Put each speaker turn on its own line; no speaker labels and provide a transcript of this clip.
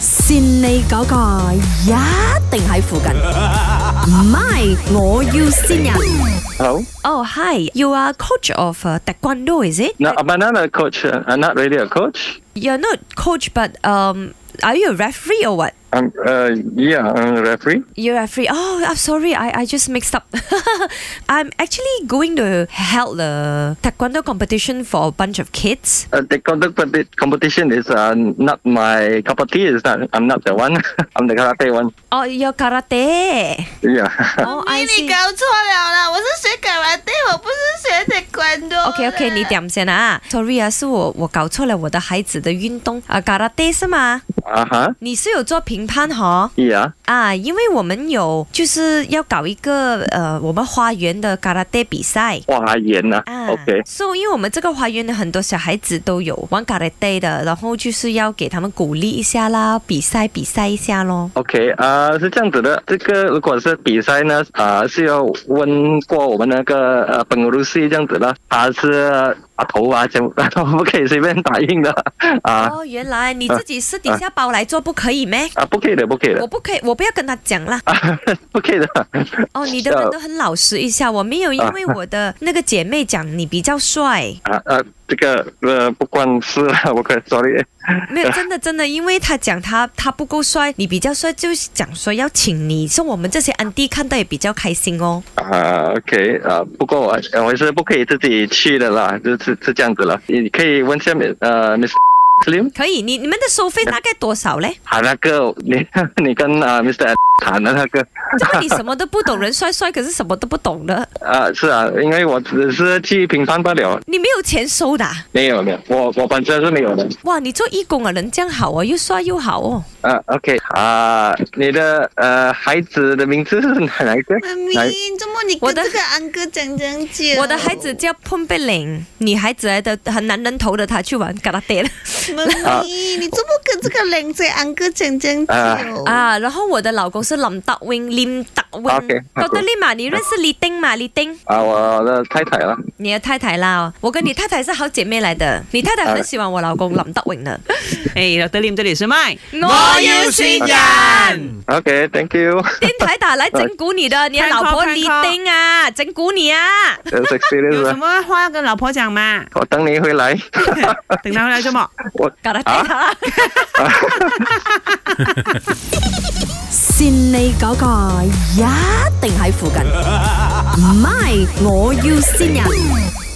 善你嗰個一定喺附近，唔係我要線人。
Hello?
Oh, hi. You are coach of uh, Taekwondo, is it?
No, but I'm not a coach. Uh, I'm not really a coach.
You're not coach, but um, are you a referee or what?
I'm, uh, yeah, I'm a referee.
You're a referee. Oh, I'm sorry. I, I just mixed up. I'm actually going to held the Taekwondo competition for a bunch of kids.
Uh, the conduct compe- competition is uh, not my cup of tea. It's not, I'm not the one. I'm the karate one.
Oh, you're karate.
Yeah.
Oh,
咪
I
你
see.
搞错了啦！我是学 karate，我不是学的关东。
OK OK，你点先啊？Sorry 啊，是我我搞错了我的孩子的运动啊，karate 是吗？
Uh huh.
你是有做评判哈？
Yeah.
啊，因为我们有就是要搞一个呃我们花园的 karate 比赛。
花园啊。
啊
OK.
所以因为我们这个花园呢，很多小孩子都有玩 karate 的，然后就是要给他们鼓励一下啦，比赛比赛一下咯。
OK，呃，uh, 是这样子的，这个如果是比赛呢，啊、是要问过我们那个呃本鲁西这样子的，他是打 头啊，全部都不可以随便打印的， 啊
哦，原来你自己私底下包来做不可以咩？
啊，不可以的，不可以
我
的，
不可以，我不要跟他讲啦。
啊，不可以的，
哦，你
啊
的人都很老实一下，我没有因为我的那个姐妹讲你比较帅，
啊啊，这个呃不关事了， 我可 sorry，
没有真的真的，因为她讲她她不够帅，你比较帅，就是讲说要请你，像我们这些安迪看到也比较开心哦。
啊，OK，啊，不过我我是不可以自己去的啦，就是是这样子了，你可以问一下呃 Miss Slim，
可以，你你们的收费大概多少嘞？
啊那个你 你跟啊 Mr 谈的那个。
这个你什么都不懂，人帅帅可是什么都不懂的，
啊，是啊，因为我只是去评判不了，
你没有钱收的啊、
没有没有，我我本身是没有的。
哇，你做义工啊，人这样好哦，又帅又好哦。
啊，OK，啊，你的呃孩子的名字是哪一个？
妈咪
哪，
怎么你
我
跟
的
这个安哥讲讲久？
我的孩子叫碰贝玲，女孩子来的很男人头的，她去玩嘎啦爹了
妈
啊
咪，你怎么跟这个靓仔安哥讲讲久？
啊。然后我的老公是林德荣，林德荣。
OK，好
觉得你嘛，你认识李丁嘛？李丁，
啊，我的太太了。
你的太太啦。我跟你太太是好姐妹来的，你太太很喜欢我老公林德荣的。
诶，落到呢度嚟算咪？
呃我要先人。
OK，Thank、you。
电台打来整蛊你 的，你的老婆李丁啊，整蛊你啊！
有
有
experience
什
啊，
么话要跟老婆讲 嘛？
我等你回来。
定下来啫嘛。
我
嘎啦 爹啦。
善你嗰個一定喺附近，唔係我要線人。